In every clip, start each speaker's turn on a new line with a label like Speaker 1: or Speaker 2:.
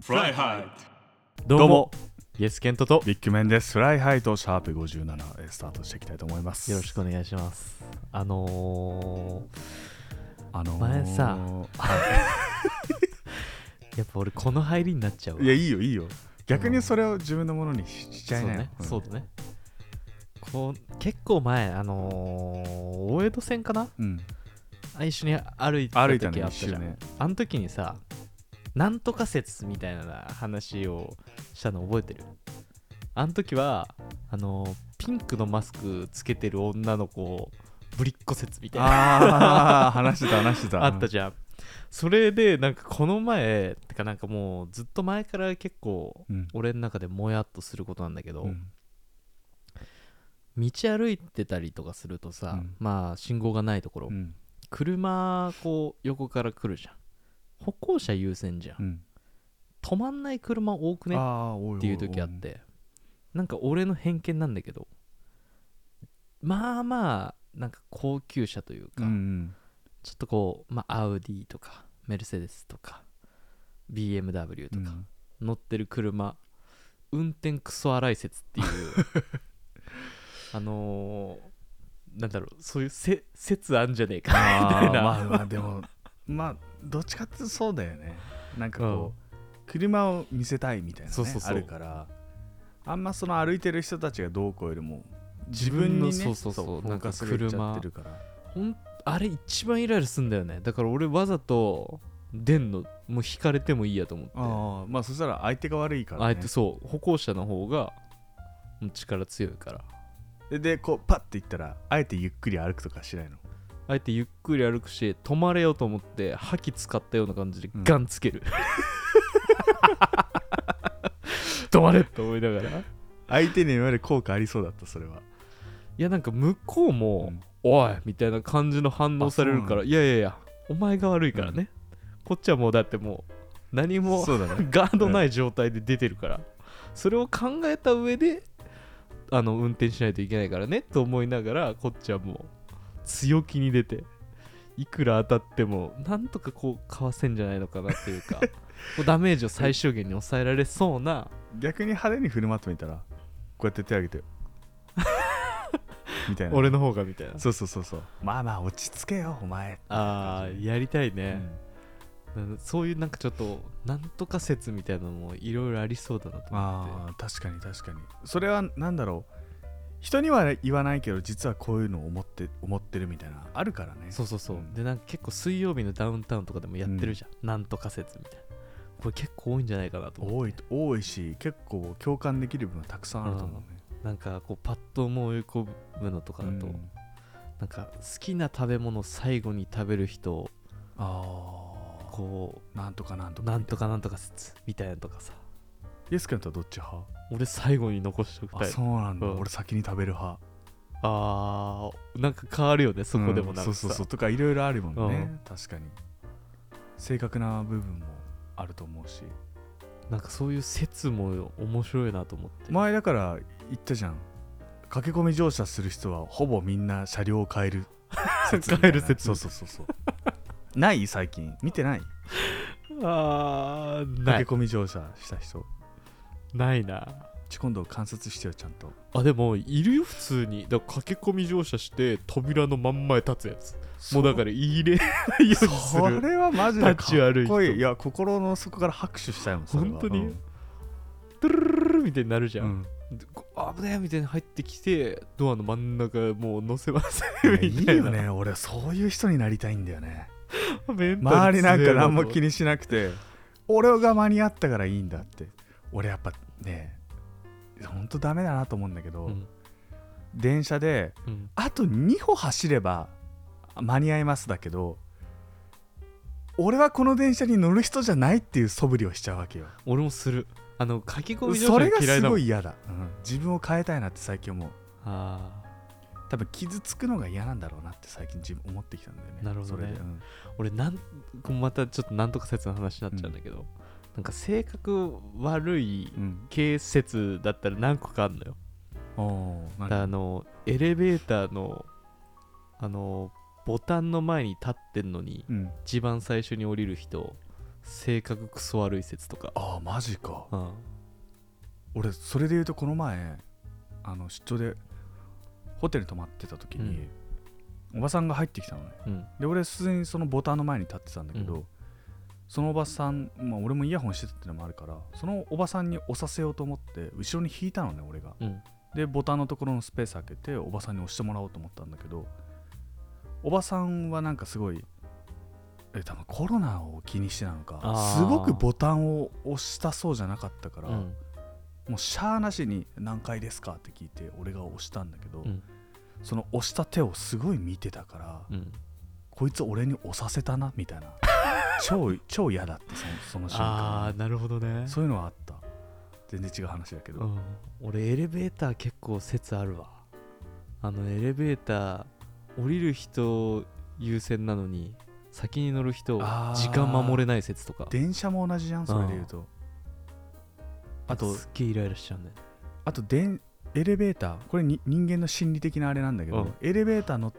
Speaker 1: フライハイ
Speaker 2: どう
Speaker 3: どう
Speaker 2: も
Speaker 3: もイエスケントと
Speaker 2: ビッグメンです。フライハイとシャープ57えースタートしていきたいと思います。
Speaker 3: よろしくお願いしますあの
Speaker 2: あのー
Speaker 3: 前さ
Speaker 2: は
Speaker 3: ー、やっぱ俺この入りになっちゃうわ
Speaker 2: い、いや、いいよ、いいよ。逆にそれを自分のものにししちゃいなよ。
Speaker 3: そうね、そうだねこう結構前あのー、大江戸線かな
Speaker 2: うん。うん
Speaker 3: あ一緒に歩いてた
Speaker 2: 歩いたの
Speaker 3: 時あ
Speaker 2: 一
Speaker 3: ったじ
Speaker 2: 周
Speaker 3: ゃん、
Speaker 2: ね。
Speaker 3: あの時にさなんとか説みたいな話をしたの覚えてるあの時はあのーピンクのマスクつけてる女の子ぶりっ子説みたいな
Speaker 2: ああ、話してた、話してた。
Speaker 3: あったじゃん。それで、なんかこの前、てかなんかもうずっと前から結構、
Speaker 2: うん。
Speaker 3: 俺の中でもやっとすることなんだけど、
Speaker 2: うん
Speaker 3: 道歩いてたりとかするとさ、
Speaker 2: うん
Speaker 3: まあ信号がないところ、
Speaker 2: うん。
Speaker 3: 車、こう横から来るじゃん。歩行者優先じゃん。
Speaker 2: うん。
Speaker 3: 止まんない車多く
Speaker 2: あ
Speaker 3: ねっ
Speaker 2: あ、おいおお
Speaker 3: ていう時あっ。て、なんか俺の偏見なんだけど、まあまあ、なんか高級車という
Speaker 2: う
Speaker 3: か、
Speaker 2: んうん。
Speaker 3: ちょっとこう、まあ、アウディとかメルセデスとか BMW
Speaker 2: う
Speaker 3: とか
Speaker 2: ん
Speaker 3: 乗ってる車、運転クソ荒い説っていう あのーなんだろうそういうせ説あんじゃねえかみ
Speaker 2: あ
Speaker 3: たい
Speaker 2: ー
Speaker 3: な、
Speaker 2: まあまあ、でも、 まあ、どっちかっていうとそうだよね。なんかこう、車を見せたいみたいな、ね、
Speaker 3: そうそうそう
Speaker 2: あるからあんまその歩いてる人たちがどうこうよりも
Speaker 3: 自
Speaker 2: 自
Speaker 3: 分
Speaker 2: 分
Speaker 3: の
Speaker 2: にね
Speaker 3: そうそうそう
Speaker 2: フォーカスが
Speaker 3: なんか
Speaker 2: い
Speaker 3: 車
Speaker 2: っちゃってるから
Speaker 3: ほんあれ一番イライラすんだよねだから俺わざと出んのもう引かれてもいいやと思って
Speaker 2: ああまあそしたら相手が悪いから、ね、
Speaker 3: あえてそう歩行者の方がもう力強いから
Speaker 2: ででこうパッて行ったらあえてゆっくり歩くとかしないの
Speaker 3: あえてゆっくり歩くし止まれようと思って覇気使ったような感じでガンつける、止まれと思いながらい
Speaker 2: 相手に言われる効果ありそうだったそれは
Speaker 3: やなんか向こうも
Speaker 2: うん
Speaker 3: 「おい!」みたいな感じの反応されるから「
Speaker 2: あそうなの
Speaker 3: いやいやいやお前が悪いからね、こっちはもうだってもう何も
Speaker 2: そうだ ね
Speaker 3: ガードない状態で出てるから、それを考えた上であの運転しないといけないからねと思いながらこっちはもう強気に出ていくら当たってもなんとかこうかわせんじゃないのかなっていう かこうダメージを最小限に抑えられそうな
Speaker 2: 逆に派手に振る舞ってみたらこうやって手挙げて みたいな
Speaker 3: 俺の方がみたいな
Speaker 2: そうそうそうそうまあまあ落ち着けよお前
Speaker 3: あーやりたいね、う
Speaker 2: うん
Speaker 3: んそういうなんかちょっとなんとか説みたいなのもいろいろありそうだなと思って
Speaker 2: あー確かに確かにそれは何だろう人には言わないけど実はこういうのを思って思ってるみたいなあるからね
Speaker 3: そうそうそう、
Speaker 2: うん
Speaker 3: でなんか結構水曜日のダウンタウンとかでもやってるじゃん、なんとか説みたいなこれ結構多いんじゃないかなと思って
Speaker 2: 多い多いし結構共感できる部分はたくさんあると思うね
Speaker 3: なんかこうパッと思い浮かぶのとかだと、
Speaker 2: うん
Speaker 3: なんか好きな食べ物を最後に食べる人
Speaker 2: ああ
Speaker 3: こ
Speaker 2: なんとかなんと
Speaker 3: う
Speaker 2: か
Speaker 3: なんとかなんとか説みたいなのとかさ
Speaker 2: イエス君とはどっち派
Speaker 3: 俺最後に残しておき
Speaker 2: あ
Speaker 3: たい
Speaker 2: そうなんだ、
Speaker 3: うん
Speaker 2: 俺先に食べる派
Speaker 3: あーなんか変わるよねそこでもなんかさ、
Speaker 2: うんそうそうそうとかいろいろあるもんね、
Speaker 3: う
Speaker 2: 確かに正確な部分もあると思うし
Speaker 3: なんかそういう説も面白いなと思って、
Speaker 2: 前だから言ったじゃん駆け込み乗車する人はほぼみんな車両を変える説みた
Speaker 3: 変
Speaker 2: いな
Speaker 3: える説
Speaker 2: そうそうそうそうない最近見てない
Speaker 3: あーな
Speaker 2: 駆
Speaker 3: い
Speaker 2: け込み乗車した人
Speaker 3: ないな
Speaker 2: ち今度観察してよちゃんと
Speaker 3: あでもいるよ普通にだから駆け込み乗車して扉の真ん前立つやつもうだから入れないように す
Speaker 2: そ
Speaker 3: る
Speaker 2: れはマジでか
Speaker 3: タッチ悪い
Speaker 2: っこいい
Speaker 3: 人
Speaker 2: いや心の底から拍手したいもんそれは
Speaker 3: 本当に
Speaker 2: うん
Speaker 3: トゥルルルルルみたいになるじゃ、
Speaker 2: うんん
Speaker 3: でこう危ねえみたいに入ってきてドアの真ん中もう乗せませ
Speaker 2: い
Speaker 3: ん
Speaker 2: や
Speaker 3: みたい
Speaker 2: い
Speaker 3: ない
Speaker 2: よね俺そういう人になりたいんだよね
Speaker 3: メンタ
Speaker 2: 周
Speaker 3: ル強
Speaker 2: りないんか何も気
Speaker 3: に
Speaker 2: にしなくて俺が間に合ったからいいんだって俺やっぱねほんとダメだなと思うんだけど、
Speaker 3: うん
Speaker 2: 電車で
Speaker 3: うん
Speaker 2: あと2歩走れば間に合いますだけど俺はこの電車に乗る人じゃないっていう素振りをしちゃうわけよ
Speaker 3: 俺もするあの駆け込み乗
Speaker 2: それ
Speaker 3: 車
Speaker 2: が
Speaker 3: 嫌い
Speaker 2: す
Speaker 3: だも
Speaker 2: ご
Speaker 3: ん
Speaker 2: い嫌だ、うん自分を変えたいなって最近思う
Speaker 3: あ
Speaker 2: 多分傷つくのが嫌なんだろうなって最近自分思ってきたんだよね
Speaker 3: なるほどね
Speaker 2: それでうん
Speaker 3: ー俺なんまたちょっとなんとか説の話になっちゃうんだけど、なんか性格悪い
Speaker 2: うん
Speaker 3: 系説だったら何個かあるのよ
Speaker 2: おー
Speaker 3: あのエレベーターのあのボタンの前に立ってんのに
Speaker 2: うん
Speaker 3: 一番最初に降りる人性格クソ悪い説とか、
Speaker 2: ああマジか
Speaker 3: うん、
Speaker 2: 俺それで言うとこの前あの出張でホテル泊まってた時に、おばさんが入ってきたのね
Speaker 3: うん、
Speaker 2: で俺普通にそのボタンの前に立ってたんだけど、
Speaker 3: うん
Speaker 2: そのおばさん、まあ、俺もイヤホンしてたってのもあるからそのおばさんに押させようと思って後ろに引いたのね俺が
Speaker 3: うん、
Speaker 2: でボタンのところのスペース開けておばさんに押してもらおうと思ったんだけどおばさんはなんかすごいえ多分コロナを気にしてなのか
Speaker 3: あー
Speaker 2: すごくボタンを押したそうじゃなかったから、
Speaker 3: うん、
Speaker 2: もうシャーなしに「何回ですか?」って聞いて俺が押したんだけど、
Speaker 3: うん
Speaker 2: その押した手をすごい見てたから、
Speaker 3: うん、
Speaker 2: こいつ俺に押させたな みたいな超超嫌だってそのその瞬
Speaker 3: あ
Speaker 2: 間
Speaker 3: あなるほどね
Speaker 2: そういうのはあった全然違う話だけど、
Speaker 3: うん、俺エレベーター結構説あるわあのエレベーター降りる人優先なのに先に乗る人
Speaker 2: あー
Speaker 3: 時間守れない説とか
Speaker 2: 電車も同じじゃんそれで言うとあと
Speaker 3: すっげえイライラしちゃうんだよね
Speaker 2: あと電エレベーターこれに人間の心理的なあれなんだけど、
Speaker 3: うん
Speaker 2: エレベーター乗っ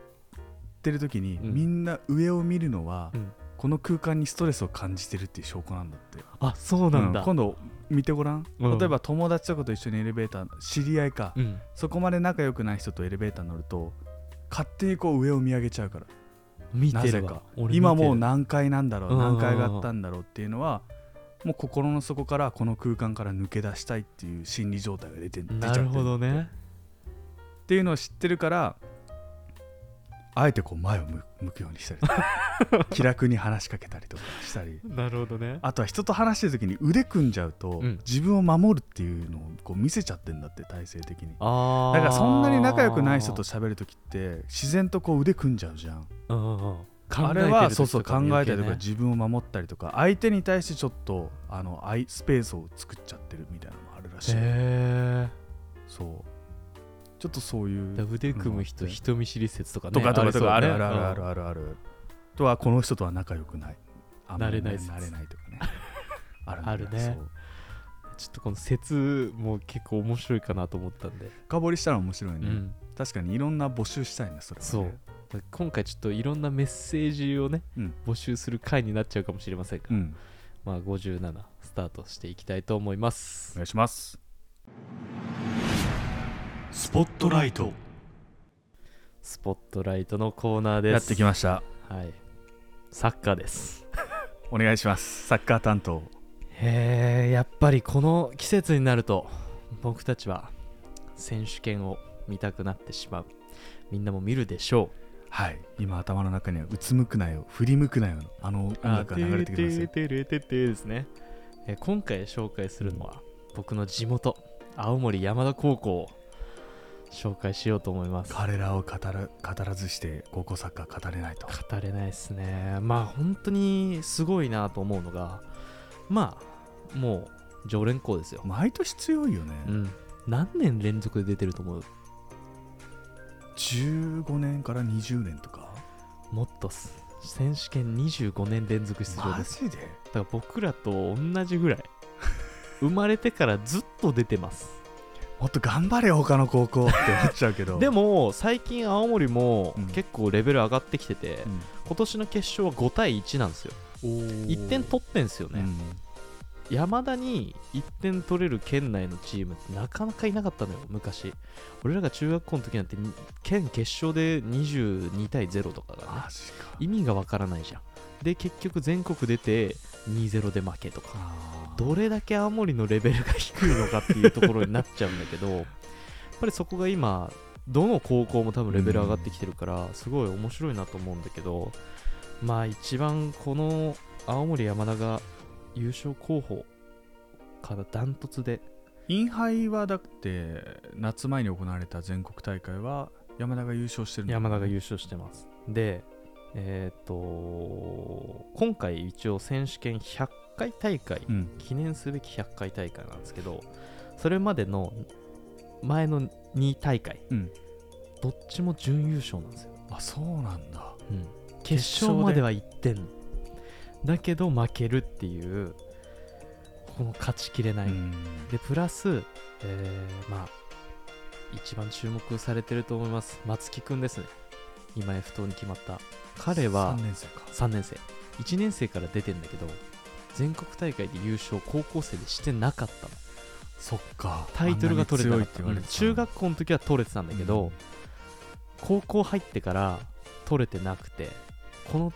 Speaker 2: てる時に、
Speaker 3: うん
Speaker 2: みんな上を見るのは、
Speaker 3: うん
Speaker 2: この空間にストレスを感じてるっていう証拠なんだって
Speaker 3: あそうなん
Speaker 2: う
Speaker 3: だ
Speaker 2: 今度見てごらん、
Speaker 3: うん
Speaker 2: 例えば友達とかと一緒にエレベーター知り合いか、
Speaker 3: うん
Speaker 2: そこまで仲良くない人とエレベーター乗ると勝手にこう上を見上げちゃうから
Speaker 3: 見てる
Speaker 2: なぜ
Speaker 3: わ
Speaker 2: か
Speaker 3: 俺見てる
Speaker 2: 今もう何階なんだろ
Speaker 3: う
Speaker 2: うん
Speaker 3: うんうんうん
Speaker 2: 何階があったんだろうっていうのはもう心の底からこの空間から抜け出したいっていう心理状態が出て出ちゃっ
Speaker 3: な
Speaker 2: て
Speaker 3: るほどね
Speaker 2: っていうのを知ってるからあえてこう前を向向くようにしたりとか 気楽に話しかけたりとかしたり
Speaker 3: なるほどね
Speaker 2: あとは人と話してる時に腕組んじゃうと、
Speaker 3: うん
Speaker 2: 自分を守るっていうのをこう見せちゃってんだって体制的に
Speaker 3: あ
Speaker 2: だ
Speaker 3: あ
Speaker 2: からそんなに仲良くない人と喋る時って自然とこう腕組んじゃうじゃん
Speaker 3: うんうんうん
Speaker 2: あれ
Speaker 3: 考えて
Speaker 2: は
Speaker 3: る
Speaker 2: そうそう
Speaker 3: 時と
Speaker 2: 考
Speaker 3: かね
Speaker 2: えたりと
Speaker 3: 余計
Speaker 2: か
Speaker 3: ね
Speaker 2: 自分を守ったりとか相手に対してちょっとあのあいスペースを作っちゃってるみたいなのもあるらしい、
Speaker 3: へ
Speaker 2: そうちょっとそうい
Speaker 3: えだ
Speaker 2: う
Speaker 3: から腕組む人
Speaker 2: うん
Speaker 3: 人見知り説とかね
Speaker 2: とかとかとかあ
Speaker 3: り
Speaker 2: る
Speaker 3: そう
Speaker 2: あ
Speaker 3: ね
Speaker 2: るあるあるあるあるとはこの人とは仲良くないあんまり
Speaker 3: 慣れな
Speaker 2: ね
Speaker 3: い説
Speaker 2: 慣れないとかねあるんだ
Speaker 3: あるね
Speaker 2: そう
Speaker 3: ちょっとこの説も結構面白いかなと思ったんで、
Speaker 2: 深掘りしたら面白いね、
Speaker 3: うん
Speaker 2: 確かにいろんな募集したいねそれはね
Speaker 3: そう今回ちょっといろんなメッセージをね、
Speaker 2: うん
Speaker 3: 募集する回になっちゃうかもしれませんが、
Speaker 2: うん
Speaker 3: まあ57スタートしていきたいと思います
Speaker 2: お願いしますスポットライト
Speaker 3: スポットライトのコーナーです
Speaker 2: やってきました
Speaker 3: はいサッカーです
Speaker 2: お願いしますサッカー担当
Speaker 3: へえやっぱりこの季節になると僕たちは選手権を見たくなってしまうみんなも見るでしょう
Speaker 2: はい今頭の中にはうつむくなよ振り向くなよのあの音
Speaker 3: あ
Speaker 2: 楽が流れてきますよ
Speaker 3: てれてれてれてれですね、えー今回紹介するのは、僕の地元青森山田高校を紹介しようと思います
Speaker 2: 彼らを語ら語らずして高校サッカー語れないと
Speaker 3: 語れないですねまあ本当にすごいなと思うのがまあもう常連校ですよ、
Speaker 2: 毎年強いよね、
Speaker 3: うん、何年連続で出てると思う
Speaker 2: 15年から20年とか
Speaker 3: もっとっす選手権25年連続出場
Speaker 2: マ
Speaker 3: です
Speaker 2: ジで
Speaker 3: だから僕らと同じ ぐらい生まれてからずっと出てます
Speaker 2: もっと頑張れよ他の高校って思っちゃうけど
Speaker 3: でも最近青森も
Speaker 2: うん
Speaker 3: 結構レベル上がってきてて、今年の決勝は5対1なんですよ1点取ってんすよ
Speaker 2: う
Speaker 3: ね、
Speaker 2: ん
Speaker 3: 山田に1点取れる県内のチームってなかなかいなかったのよ昔俺らが中学校の時なんてに県決勝で22対0とかがね
Speaker 2: マジか
Speaker 3: 意味がわからないじゃんで結局全国出て2-0で負けとか
Speaker 2: あー
Speaker 3: どれだけ青森のレベルが低いのかっていうところになっちゃうんだけど やっぱりそこが今どの高校も多分レベル上がってきてるからすごい面白いなと思うんだけどまあ一番この青森山田が優勝候補からダントツで
Speaker 2: インハイはだって夏前に行われた全国大会は山田が優勝してるんだ
Speaker 3: 山田が優勝してますでえっ、と今回一応選手権100回大会
Speaker 2: うん
Speaker 3: 記念すべき100回大会なんですけどそれまでの前の2大会、
Speaker 2: うん
Speaker 3: どっちも準優勝なんですよ、
Speaker 2: あそうなんだ
Speaker 3: 決勝
Speaker 2: 決勝で
Speaker 3: までは行ってんのだけど負けるっていうこの勝ちきれない、
Speaker 2: うん
Speaker 3: でプラス、えーまあ一番注目されてると思います松木くんですね今 F 党に決まった彼は
Speaker 2: 3年生か
Speaker 3: 3年生1年生から出てんだけど全国大会で優勝高校生でしてなかったの
Speaker 2: そっか
Speaker 3: タイトルが取れ
Speaker 2: あ
Speaker 3: たかった
Speaker 2: んなに強いって言われ
Speaker 3: うん
Speaker 2: てた
Speaker 3: 中学校の時は取れてたんだけど、高校入ってから取れてなくてこの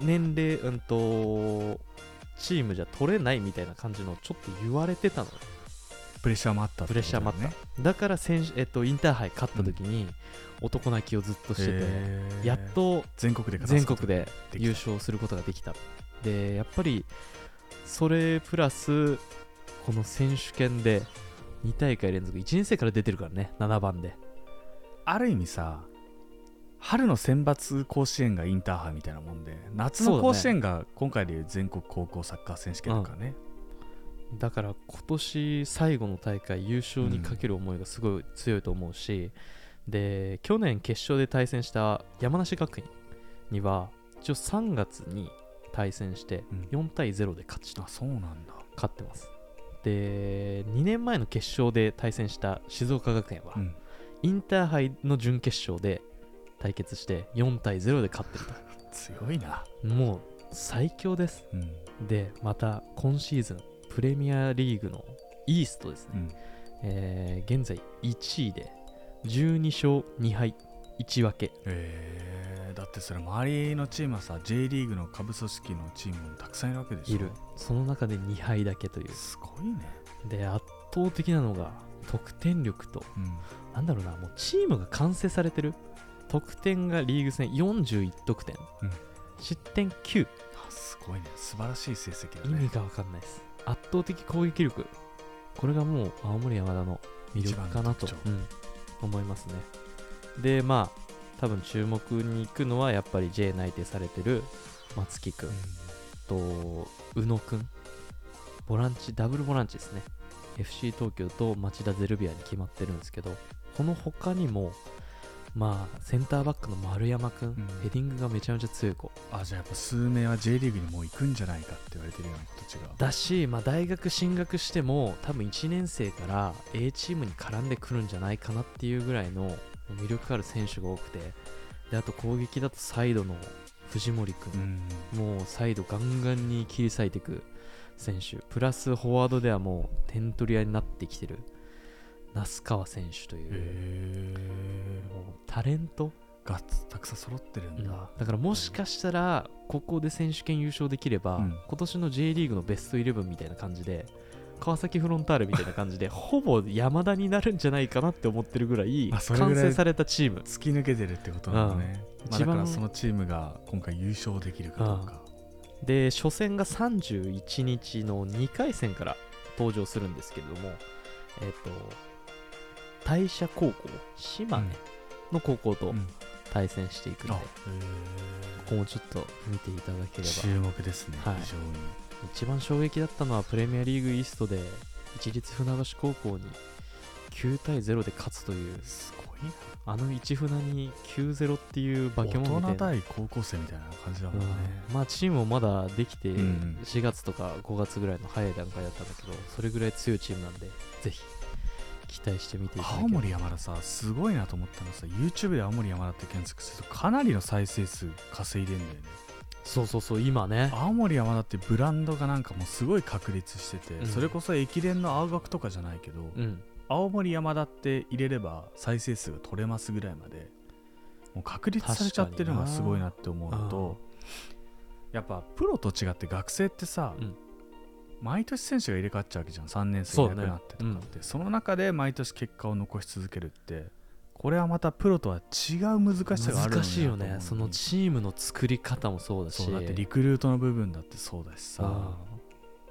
Speaker 3: 年齢うんとチームじゃ取れないみたいな感じのちょっと言われてたのよ
Speaker 2: プレッシャーもあったっ
Speaker 3: プ
Speaker 2: てことだよね
Speaker 3: レッシャーもあっただから選手、えっと、インターハイ勝った時に男泣きをずっとしてて、
Speaker 2: へー
Speaker 3: やっと
Speaker 2: 全国で勝
Speaker 3: 全
Speaker 2: つこと
Speaker 3: 国で優勝することができたでやっぱりそれプラスこの選手権で2大会連続1年生から出てるからね7番で
Speaker 2: ある意味さ春の選抜甲子園がインターハイみたいなもんで夏の甲子園が今回でいう全国高校サッカー選手権だからね
Speaker 3: だから今年最後の大会優勝にかける思いがすごい強いと思うし、で去年決勝で対戦した山梨学院には一応3月に対戦して
Speaker 2: うん
Speaker 3: 4対0で勝ちと
Speaker 2: あそうなんだ、
Speaker 3: 勝ってますで2年前の決勝で対戦した静岡学園は、
Speaker 2: うん
Speaker 3: インターハイの準決勝で対決して4対0で勝ってる
Speaker 2: 強いな、
Speaker 3: ともう最強です
Speaker 2: うん
Speaker 3: でまた今シーズンプレミアリーグのイーストですね、
Speaker 2: うん
Speaker 3: えー現在1位で12勝2敗1分け
Speaker 2: えーだってそれ周りのチームはさ J リーグの下部組織のチームもたくさんいるわけでしょ
Speaker 3: いるその中で2敗だけという
Speaker 2: すごいね、
Speaker 3: で圧倒的なのが得点力と
Speaker 2: うん
Speaker 3: なんだろうなもうチームが完成されてる得点がリーグ戦41得点、
Speaker 2: うん
Speaker 3: 失点9
Speaker 2: あすごいね素晴らしい成績だ
Speaker 3: 意
Speaker 2: ね
Speaker 3: 味が分かんないです圧倒的攻撃力これがもう青森山田の魅力かなと
Speaker 2: 一番の特徴、
Speaker 3: うん思いますねでまあ多分注目に行くのはやっぱり J 内定されてる松木君と宇野君ボランチダブルボランチですね FC 東京と町田ゼルビアに決まってるんですけどこの他にもまあセンターバックの丸山君、
Speaker 2: ん
Speaker 3: ヘディングがめちゃめちゃ強い子
Speaker 2: うんあじゃあやっぱ数名は J リーグにもう行くんじゃないかって言われてるような子たちが
Speaker 3: だし、まあ、大学進学しても多分1年生から A チームに絡んでくるんじゃないかなっていうぐらいの魅力ある選手が多くてであと攻撃だとサイドの藤森
Speaker 2: う
Speaker 3: 君、
Speaker 2: ん
Speaker 3: もうサイドガンガンに切り裂いていく選手プラスフォワードではもう点取り屋になってきてる那須川選手という、
Speaker 2: へえ
Speaker 3: もうタレント、
Speaker 2: ガッツたくさん揃ってるんだ、
Speaker 3: だからもしかしたらここで選手権優勝できれば、
Speaker 2: うん
Speaker 3: 今年の J リーグのベストイレブンみたいな感じで川崎フロンターレみたいな感じ でほぼ山田になるんじゃないかなって思ってるぐらい
Speaker 2: あそれぐらい
Speaker 3: 完成されたチーム
Speaker 2: 突き抜けてるってことなんだね、
Speaker 3: うん
Speaker 2: まあ、
Speaker 3: 一
Speaker 2: だ
Speaker 3: 番
Speaker 2: からそのチームが今回優勝できるかどうか、
Speaker 3: で初戦が31日の2回戦から登場するんですけれどもえっ、と大社高校島根の高校と
Speaker 2: うん
Speaker 3: 対戦していくので、
Speaker 2: あ
Speaker 3: ここもちょっと見ていただければ
Speaker 2: 注目ですね、
Speaker 3: はい
Speaker 2: 非常に
Speaker 3: 一番衝撃だったのはプレミアリーグイーストで市立船橋高校に9対0で勝つという
Speaker 2: すごいな
Speaker 3: あの市船に9-0っていう化け物みた
Speaker 2: 大人
Speaker 3: いな、
Speaker 2: 対高校生みたいな感じだもんね、
Speaker 3: うんまあチームもまだできて
Speaker 2: うんうん
Speaker 3: 4月とか5月ぐらいの早い段階だったんだけどそれぐらい強いチームなんでぜひ期待してみていただけ
Speaker 2: 青
Speaker 3: れば
Speaker 2: 森山田さすごいなと思ったのさ YouTube で青森山田って検索するとかなりの再生数稼いでんだよね
Speaker 3: そうそうそう今ね
Speaker 2: 青森山田ってブランドがなんかもうすごい確立してて、
Speaker 3: うん
Speaker 2: それこそ駅伝の青学とかじゃないけど、
Speaker 3: うん
Speaker 2: 青森山田って入れれば再生数が取れますぐらいまでもう確立されちゃってるのがすごいなって思うのとやっぱプロと違って学生ってさ、
Speaker 3: うん
Speaker 2: 毎年選手が入れ替わっちゃうわけじゃん3年生いなくなってとか
Speaker 3: そう
Speaker 2: っ
Speaker 3: だね
Speaker 2: てそ,、の中で毎年結果を残し続けるってこれはまたプロとは違う難しさがある
Speaker 3: 難しいよね
Speaker 2: なと
Speaker 3: そ
Speaker 2: 思
Speaker 3: の
Speaker 2: うに
Speaker 3: チームの作り方もそうだし
Speaker 2: そうだってリクルートの部分だってそうだしさ
Speaker 3: ああ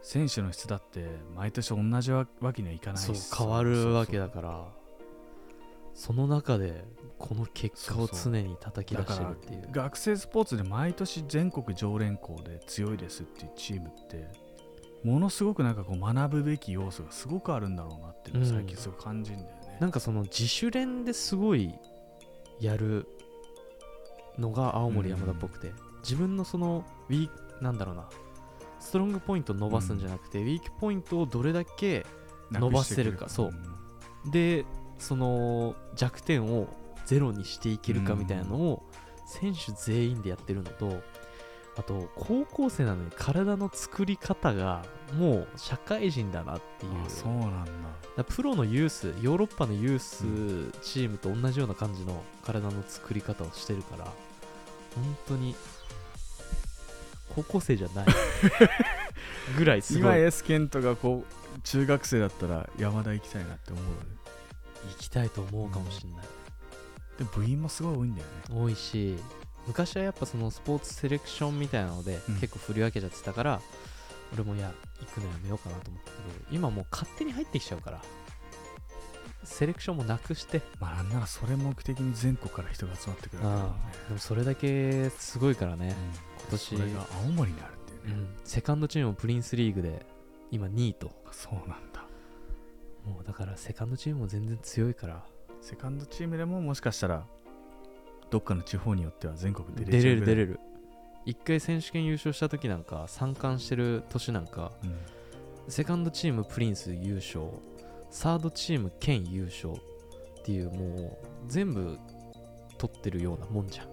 Speaker 2: 選手の質だって毎年同じわわけにはいかないし
Speaker 3: そう
Speaker 2: さ
Speaker 3: 変わるわけ
Speaker 2: そうそう
Speaker 3: だからその中でこの結果を
Speaker 2: そうそう
Speaker 3: 常に叩き出してるっていう
Speaker 2: 学生スポーツで毎年全国常連校で強いですっていうチームってものすごくなんかこう学ぶべき要素がすごくあるんだろうなっていうのを
Speaker 3: うん
Speaker 2: 最近すごい感じるんだよね、
Speaker 3: なんかその自主練ですごいやるのが青森山田っぽくて、自分のそのウィークなんだろうなストロングポイントを伸ばすんじゃなくて、ウィークポイントをどれだけ伸ばせるかそうでその弱点をゼロにしていけるかみたいなのを選手全員でやってるのと、あと高校生なのに体の作り方がもう社会人だなっていう
Speaker 2: あそうなんだ
Speaker 3: だプロのユースヨーロッパのユースチームと同じような感じの体の作り方をしてるから本当に高校生じゃない ぐらいすご
Speaker 2: 今
Speaker 3: い
Speaker 2: S ケントがこう中学生だったら山田行きたいなって思うよね
Speaker 3: 行きたいと思うかもしれない、
Speaker 2: で部員もすごい多いんだよね
Speaker 3: 多いし昔はやっぱそのスポーツセレクションみたいなので、
Speaker 2: うん
Speaker 3: 結構振り分けちゃってたから俺もいや行くのやめようかなと思ったけど今もう勝手に入ってきちゃうからセレクションもなくして
Speaker 2: まあなんならそれ目的に全国から人が集まってくるわけだもんね
Speaker 3: でもそれだけすごいからね、今
Speaker 2: うん、
Speaker 3: 年
Speaker 2: それが青森にあるっていう
Speaker 3: う
Speaker 2: ね、
Speaker 3: ん、セカンドチームもプリンスリーグで今2位と
Speaker 2: そうなんだ
Speaker 3: もうだからセカンドチームも全然強いから
Speaker 2: セカンドチームでももしかしたらどっかの地方によっては全国出
Speaker 3: 出
Speaker 2: れちゃ
Speaker 3: れ
Speaker 2: う
Speaker 3: る
Speaker 2: ぐら
Speaker 3: 出
Speaker 2: い
Speaker 3: れる一回選手権優勝した時なんか三冠してる年なんか
Speaker 2: うん
Speaker 3: セカンドチームプリンス優勝サードチーム県優勝っていうもう全部取ってるようなもんじゃんっ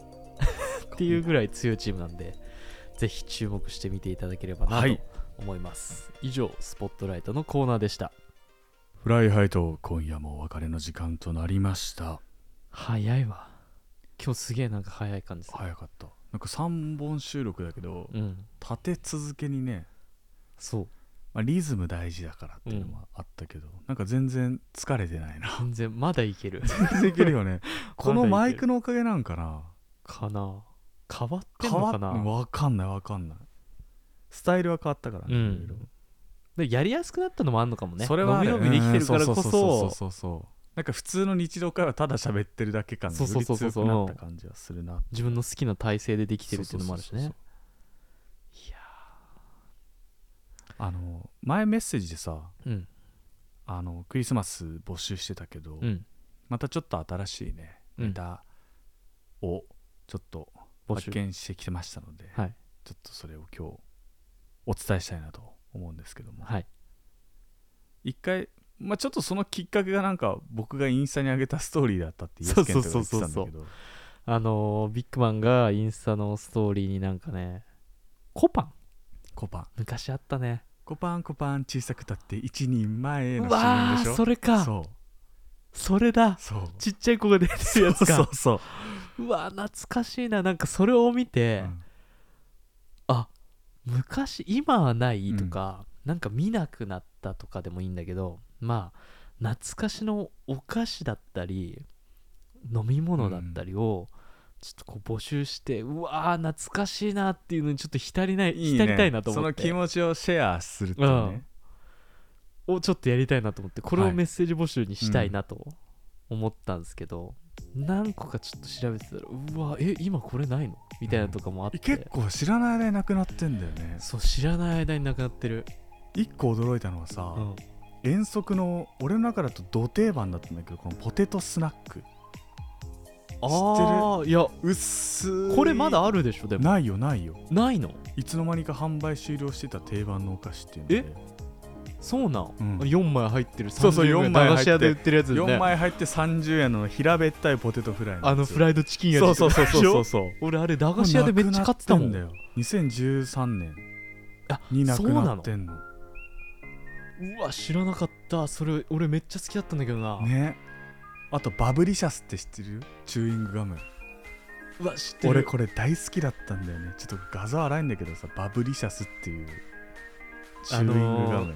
Speaker 3: ていうぐらい強いチームなんでぜひ注目してみていただければな
Speaker 2: は
Speaker 3: と
Speaker 2: い
Speaker 3: 思います、以上スポットライトのコーナーでした
Speaker 2: フライハイと今夜もお別れの時間となりました
Speaker 3: 早いわ今日すげえなんか早い感じする
Speaker 2: 早かったなんか3本収録だけど
Speaker 3: うん
Speaker 2: 立て続けにね、
Speaker 3: そう
Speaker 2: まあ、リズム大事だからっていうのもあったけど、なんか全然疲れてないな
Speaker 3: 全然まだいける
Speaker 2: 全然いける よねこのマイク
Speaker 3: の
Speaker 2: のおかげなんかな
Speaker 3: かな変わってんの
Speaker 2: 変わ
Speaker 3: か
Speaker 2: っ
Speaker 3: な
Speaker 2: わかんないわかんないスタイルは変わったからね、
Speaker 3: うん
Speaker 2: いろいろ
Speaker 3: でやりやすくなったのもあんのかもね
Speaker 2: それはある
Speaker 3: 伸び伸びできてるからこ
Speaker 2: うんそうそうそ
Speaker 3: そ
Speaker 2: うそうそうなんか普通の日常会はただ喋ってるだけ感が
Speaker 3: そう
Speaker 2: よ
Speaker 3: そう
Speaker 2: り
Speaker 3: そうそう
Speaker 2: 強くなった感じはするな
Speaker 3: 自分の好きな体勢でできてるっていうのもあるしね
Speaker 2: そうそう
Speaker 3: いや
Speaker 2: あの前メッセージでさ
Speaker 3: うん
Speaker 2: あのクリスマス募集してたけど、
Speaker 3: うん
Speaker 2: またちょっと新しいね
Speaker 3: うん
Speaker 2: ネタをちょっと
Speaker 3: 募集
Speaker 2: 発見してきてましたので、
Speaker 3: はい
Speaker 2: ちょっとそれを今日お伝えしたいなと思うんですけども、
Speaker 3: はい
Speaker 2: 一回、まあ、ちょっとそのきっかけがなんか僕がインスタに上げたストーリーだったっていう
Speaker 3: そう
Speaker 2: 意
Speaker 3: そ
Speaker 2: 見
Speaker 3: う
Speaker 2: とか
Speaker 3: そ
Speaker 2: 言
Speaker 3: う
Speaker 2: って
Speaker 3: そう
Speaker 2: たんだけど
Speaker 3: あのービッグマンがインスタのストーリーになんかねコパン
Speaker 2: コパン
Speaker 3: 昔あったね
Speaker 2: コパンコパン小さくたって一人前
Speaker 3: う
Speaker 2: の CM
Speaker 3: わ
Speaker 2: でし
Speaker 3: ー
Speaker 2: ょ
Speaker 3: それか
Speaker 2: そう
Speaker 3: それだ
Speaker 2: そう
Speaker 3: ちっちゃい子が出てるやつ
Speaker 2: そう
Speaker 3: か
Speaker 2: そう、
Speaker 3: うわー懐かしいななんかそれを見
Speaker 2: う
Speaker 3: て、
Speaker 2: ん
Speaker 3: 昔今はないとか、なんか見なくなったとかでもいいんだけどまあ懐かしのお菓子だったり飲み物だったりをちょっとこう募集して、うわー懐かしいなっていうのにちょっと浸りない
Speaker 2: いい
Speaker 3: 浸りた
Speaker 2: ね
Speaker 3: いなと
Speaker 2: そ
Speaker 3: 思
Speaker 2: の
Speaker 3: って
Speaker 2: 気持ちをシェアするっていうね、
Speaker 3: うんをちょっとやりたいなと思ってこれをメッセージ募集にしたいなと思ったんですけど、何個かちょっと調べてたらうわえ今これないのみたいなとかもあって、
Speaker 2: 結構知らない間になくなってんだよね
Speaker 3: そう知らない間になくなってる、
Speaker 2: 一個驚いたのはさ、
Speaker 3: うん
Speaker 2: 遠足の俺の中だとど定番だったんだけどこのポテトスナック
Speaker 3: ああいや
Speaker 2: うっす
Speaker 3: これまだあるでしょでも
Speaker 2: ないよないよ
Speaker 3: ないの
Speaker 2: いつの間にか販売終了してた定番のお菓子っていうので
Speaker 3: そうなん、
Speaker 2: うん
Speaker 3: 4枚入ってる
Speaker 2: そうそう
Speaker 3: 30ぐらい
Speaker 2: 4枚入
Speaker 3: 駄
Speaker 2: って
Speaker 3: 菓子屋で売ってるやつ
Speaker 2: 4
Speaker 3: ね
Speaker 2: 枚入って30円の平べったいポテトフライ
Speaker 3: あのフライドチキン
Speaker 2: イ
Speaker 3: や
Speaker 2: そうそうそうそうそう
Speaker 3: う
Speaker 2: そう
Speaker 3: 俺あれ駄菓子屋でめっちゃ買ってたもん
Speaker 2: なくなってだよ2013年
Speaker 3: あ
Speaker 2: にな
Speaker 3: そ
Speaker 2: く
Speaker 3: うな
Speaker 2: な
Speaker 3: の
Speaker 2: ってんの
Speaker 3: うわ知らなかったそれ俺めっちゃ好きだったんだけどな、
Speaker 2: ねあとバブリシャスって知ってるチューイングガム
Speaker 3: うわ知ってる
Speaker 2: 俺これ大好きだったんだよねちょっと画像荒いんだけどさバブリシャスっていうチューイングガム、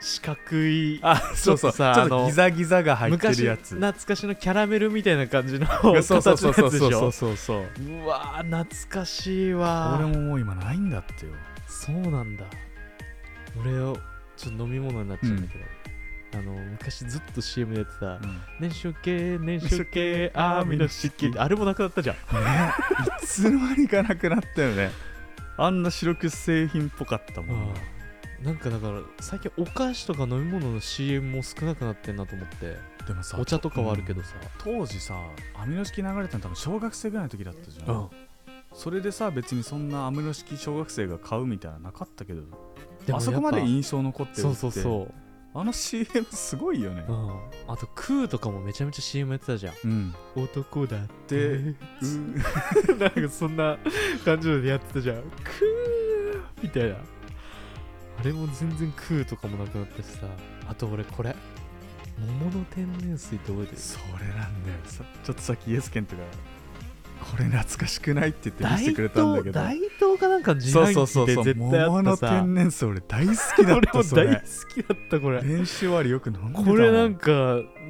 Speaker 3: 四角い
Speaker 2: あそう
Speaker 3: ちょ
Speaker 2: そう
Speaker 3: っとさ
Speaker 2: ちょっ
Speaker 3: あ
Speaker 2: と
Speaker 3: の
Speaker 2: ギザギザが入ってるやつ
Speaker 3: 昔懐かしのキャラメルみたいな感じの
Speaker 2: いや
Speaker 3: 形の
Speaker 2: そ
Speaker 3: や
Speaker 2: うそう
Speaker 3: つ
Speaker 2: そう
Speaker 3: で
Speaker 2: そうそう
Speaker 3: し
Speaker 2: そう
Speaker 3: ょ
Speaker 2: そうそう
Speaker 3: うわ懐かしいわ
Speaker 2: 俺ももう今ないんだってよ
Speaker 3: そうなんだ俺をちょっと飲み物になっちゃうんだけど、あの昔ずっと燃焼系 CM でやってた「燃焼系燃焼系アーミの漆器」あれもなくなったじゃん
Speaker 2: ねいつの間にかなくなったよねあんな主力製品っぽかったもんな
Speaker 3: なんかだから最近お菓子とか飲み物の CM も少なくなってんなと思って
Speaker 2: でもさ
Speaker 3: お茶とかはあるけどさ
Speaker 2: 当時さアミノ式流れたの多分小学生ぐらいの時だったじゃん、それでさ別にそんなアミノ式小学生が買うみたいなのなかったけどあそこまで
Speaker 3: い
Speaker 2: 印象残ってるって
Speaker 3: そうそうそう
Speaker 2: あの CM すごいよね
Speaker 3: うん、あと「クー」とかもめちゃめちゃ CM やってたじゃん
Speaker 2: うん
Speaker 3: 男だっ
Speaker 2: で
Speaker 3: て なんかそんな感じでやってたじゃん「クー」みたいなあれも全然「クー」とかもなくなったしさあと俺これ桃の天然水って覚えてる
Speaker 2: それなんだよさちょっとさっきイエスケンとかこれ懐かしくないって言って見せてくれたんだけど
Speaker 3: 大東かなんかの自
Speaker 2: そう
Speaker 3: 販
Speaker 2: そうそ
Speaker 3: 機で
Speaker 2: うそう
Speaker 3: 絶対あ
Speaker 2: 桃
Speaker 3: っ
Speaker 2: の
Speaker 3: たさ
Speaker 2: 天然水俺大好きだ っ
Speaker 3: 俺も
Speaker 2: たそれ
Speaker 3: 大好きだったこれ
Speaker 2: 練習終わりよく飲んでたも
Speaker 3: これなんか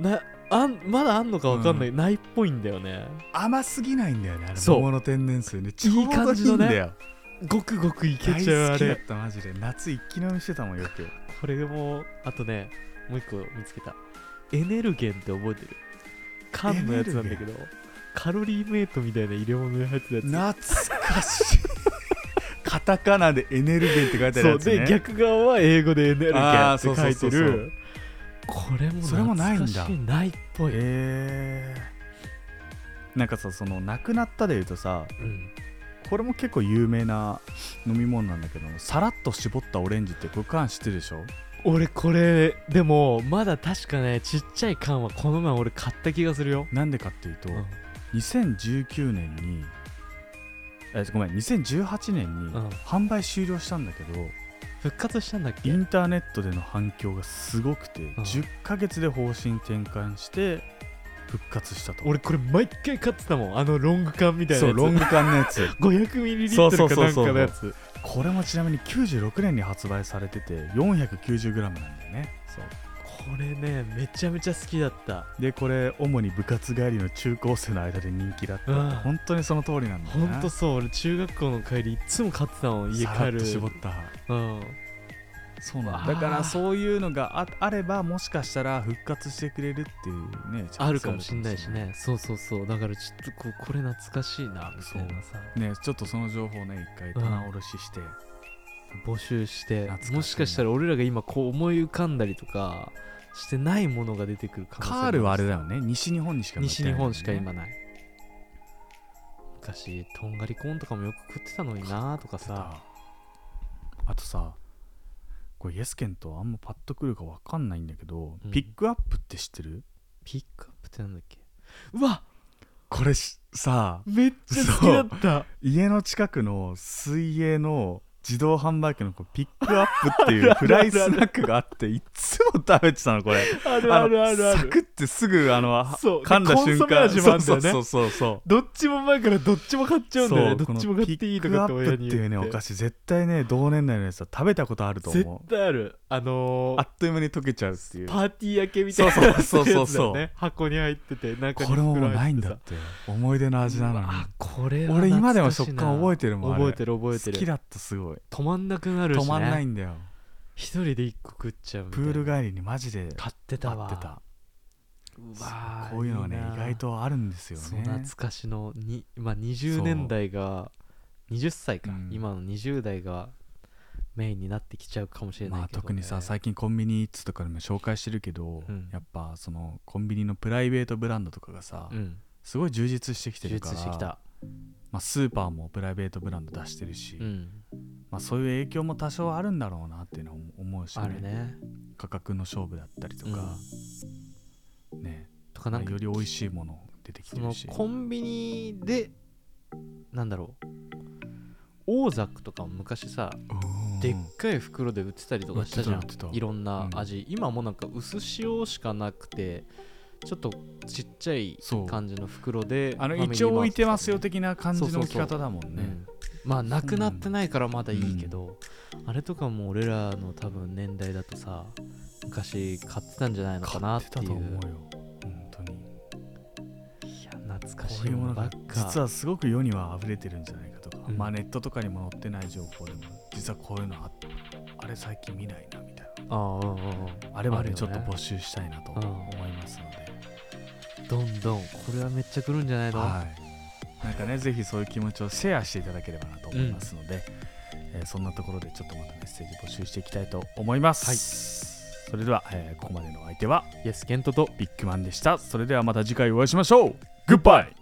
Speaker 3: なあんまだあんのかわかんない、ないっぽいんだよね
Speaker 2: 甘すぎないんだよねあれ
Speaker 3: そう
Speaker 2: 桃の天然水ねちょう
Speaker 3: い
Speaker 2: ど
Speaker 3: い
Speaker 2: いい
Speaker 3: 感じの
Speaker 2: ん
Speaker 3: ね
Speaker 2: だよ
Speaker 3: ごくごくいけちゃうあ
Speaker 2: 大好きだ
Speaker 3: れ
Speaker 2: ったマジで夏一気飲みしてたもんよ く
Speaker 3: これもあとねもう一個見つけたエネルゲンって覚えてる缶のやつなんだけどカロリーメイトみたいな入れ物に入ってたやつ
Speaker 2: 懐かしいカタカナでエネルゲンって書いてある
Speaker 3: そ
Speaker 2: や
Speaker 3: う
Speaker 2: つ、ね、
Speaker 3: で逆側は英語でエネルゲン
Speaker 2: あ
Speaker 3: って
Speaker 2: ー
Speaker 3: 書いて
Speaker 2: そうそうそう
Speaker 3: るこれも
Speaker 2: それもないんだ
Speaker 3: 懐かしいないっぽい、
Speaker 2: えー、なんかさそのなくなったで言うとさ
Speaker 3: うん
Speaker 2: これも結構有名な飲み物なんだけどさらっと絞ったオレンジってこれ缶知ってるでしょ
Speaker 3: 俺これでもまだ確かねちっちゃい缶はこの前俺買った気がするよ、
Speaker 2: なんでかっていうと、
Speaker 3: うん
Speaker 2: 2019年にえごめん2018年に
Speaker 3: うん
Speaker 2: 販売終了したんだけど、
Speaker 3: 復活したんだっけ
Speaker 2: インターネットでの反響がすごくて、10ヶ月で方針転換して復活したと
Speaker 3: 俺これ毎回買ってたもんあのロング缶みたいな
Speaker 2: そ
Speaker 3: や
Speaker 2: う
Speaker 3: つ
Speaker 2: ロング缶のやつ
Speaker 3: 500ミリリッ
Speaker 2: そう
Speaker 3: ト
Speaker 2: そう
Speaker 3: ルか
Speaker 2: そう
Speaker 3: なん
Speaker 2: そう
Speaker 3: かのやつ
Speaker 2: これもちなみに96年に発売されてて 490g なんだよね
Speaker 3: これねめちゃめちゃ好きだった
Speaker 2: でこれ主に部活帰りの中高生の間で人気だったって、
Speaker 3: うん
Speaker 2: 本当にその通りなんだ
Speaker 3: ほ
Speaker 2: よね
Speaker 3: んとそう俺中学校の帰りいっつも買ってたもん家
Speaker 2: さら
Speaker 3: 帰
Speaker 2: っ
Speaker 3: る
Speaker 2: と絞った
Speaker 3: うん
Speaker 2: そう
Speaker 3: わ
Speaker 2: なん
Speaker 3: あ
Speaker 2: だだからそういうのがああればもしかしたら復活してくれるっていうねチャンス
Speaker 3: あるかもしんないしねそうそうそうだからちょっとこうこれ懐かしいなみたいなさ
Speaker 2: ねちょっとその情報ね一回棚卸しして、
Speaker 3: 募集して
Speaker 2: 懐かしいな
Speaker 3: もしかしたら俺らが今こう思い浮かんだりとかしてないものが出てくる可能性も
Speaker 2: カールはあれだよね西日本にしか
Speaker 3: 西日本しか今
Speaker 2: 今
Speaker 3: ない昔とんがりコーンとかもよく食ってたのになとかさ
Speaker 2: さあとさこれイエスケンとあんまパッとくるかわかんないんだけど、
Speaker 3: うん
Speaker 2: ピックアップって知ってる
Speaker 3: ピックアップってなんだっけうわ
Speaker 2: これしさ
Speaker 3: めっちゃ好きだった
Speaker 2: 家の近くの水泳の自動販売機のこうピックアップっていうフライスナックがあっていつも食べてたのこれ
Speaker 3: あるあるあるあ
Speaker 2: のサク
Speaker 3: る
Speaker 2: ってすぐあの
Speaker 3: そう
Speaker 2: 噛んだ瞬
Speaker 3: コンソ
Speaker 2: 間
Speaker 3: メ味もあるんだよね
Speaker 2: そうそうそうそう
Speaker 3: どっちも前からどっちも買っちゃうんだよね
Speaker 2: そう
Speaker 3: どっちも買っていいとかって
Speaker 2: このピ
Speaker 3: 親
Speaker 2: ックアップ
Speaker 3: に
Speaker 2: ってい
Speaker 3: 言
Speaker 2: うね
Speaker 3: っ
Speaker 2: お
Speaker 3: て
Speaker 2: 菓子絶対ね同年代のやつは食べたことあると
Speaker 3: 絶
Speaker 2: 思う
Speaker 3: 対あるあのー
Speaker 2: あっという間に溶けちゃうっていう
Speaker 3: パーティー焼けみたいな
Speaker 2: そうそうそうそう
Speaker 3: やつだよね箱に入ってて中に
Speaker 2: これももう
Speaker 3: 袋
Speaker 2: な
Speaker 3: 入
Speaker 2: い
Speaker 3: っ
Speaker 2: ん
Speaker 3: てて
Speaker 2: だ
Speaker 3: さ
Speaker 2: って思い出の味なのに
Speaker 3: うわこれは
Speaker 2: 俺今で
Speaker 3: 懐か
Speaker 2: も
Speaker 3: し
Speaker 2: 食
Speaker 3: いな
Speaker 2: 感覚えてるもんあれ
Speaker 3: 覚えてる覚えて
Speaker 2: 好き
Speaker 3: る
Speaker 2: だったすごい
Speaker 3: 止まんなくなるし、ね、
Speaker 2: 止まんないんだよ
Speaker 3: 一人で一個食っちゃうみた
Speaker 2: プ
Speaker 3: いな
Speaker 2: ール帰りにマジで
Speaker 3: 買ってた
Speaker 2: 買
Speaker 3: わ
Speaker 2: ってた
Speaker 3: うわー
Speaker 2: こういうのはね
Speaker 3: な
Speaker 2: 意外とあるんですよ
Speaker 3: そう懐
Speaker 2: ね
Speaker 3: かしのに、まあ、20年代が20歳か、
Speaker 2: うん
Speaker 3: 今の20代がメインになってきちゃうかもしれない
Speaker 2: まあ
Speaker 3: けどね、
Speaker 2: 特にさ最近コンビニツとかでも紹介してるけど
Speaker 3: うん
Speaker 2: やっぱそのコンビニのプライベートブランドとかがさ
Speaker 3: うん
Speaker 2: すごい充実してきて
Speaker 3: 充
Speaker 2: るか
Speaker 3: 実してき
Speaker 2: ら
Speaker 3: た、
Speaker 2: まあスーパーもプライベートブランド出してるし
Speaker 3: うん、
Speaker 2: まあそういう影響も多少あるんだろうなっていうのは思うし
Speaker 3: あるね
Speaker 2: 価格の勝負だったりとかね
Speaker 3: とかなんか
Speaker 2: より美味しいもの出てき
Speaker 3: そ
Speaker 2: て
Speaker 3: の
Speaker 2: るし
Speaker 3: コンビニでなんだろうオーザックとかも昔さでっかい袋で売ってたりとかしたじゃ
Speaker 2: 売
Speaker 3: ん
Speaker 2: ってた売ってた
Speaker 3: いろんな
Speaker 2: うん
Speaker 3: 味、今もなんか薄塩しかなくてちょっとちっちゃい
Speaker 2: そう
Speaker 3: 感じの袋で
Speaker 2: あの
Speaker 3: ファミリー
Speaker 2: 一応置いてますよ
Speaker 3: マート
Speaker 2: 的な感じの置き方だもん
Speaker 3: とかね、
Speaker 2: ね
Speaker 3: うんまあなくなってないからまだいいけど、あれとかも俺らの多分年代だとさ昔買ってたんじゃないのかな
Speaker 2: 買
Speaker 3: っ
Speaker 2: っ
Speaker 3: て
Speaker 2: てた
Speaker 3: いう
Speaker 2: と思うよ本当に
Speaker 3: いや懐
Speaker 2: こ
Speaker 3: かし
Speaker 2: う
Speaker 3: い
Speaker 2: いうも
Speaker 3: もの
Speaker 2: の
Speaker 3: ば
Speaker 2: が
Speaker 3: っか
Speaker 2: 実はすごく世には溢れてるんじゃないかとか、
Speaker 3: うん
Speaker 2: まあネットとかにも載ってない情報でも実はこういうのああれ最近見ないなみたい
Speaker 3: ああうんうん
Speaker 2: なあれば
Speaker 3: あ
Speaker 2: ね
Speaker 3: るよね
Speaker 2: ちょっと募集したいなと
Speaker 3: うん
Speaker 2: 思いますので、
Speaker 3: うんどんどんこれはめっちゃ来るんじゃないの、
Speaker 2: はいなんかねぜひそういう気持ちをシェアしていただければなと思いますので、えーそんなところでちょっとまたメッセージ募集していきたいと思います、
Speaker 3: はい
Speaker 2: それでは、えーここまでのお相手は
Speaker 3: イエスケントと
Speaker 2: ビッグマンでしたそれではまた次回お会いしましょうグッバイ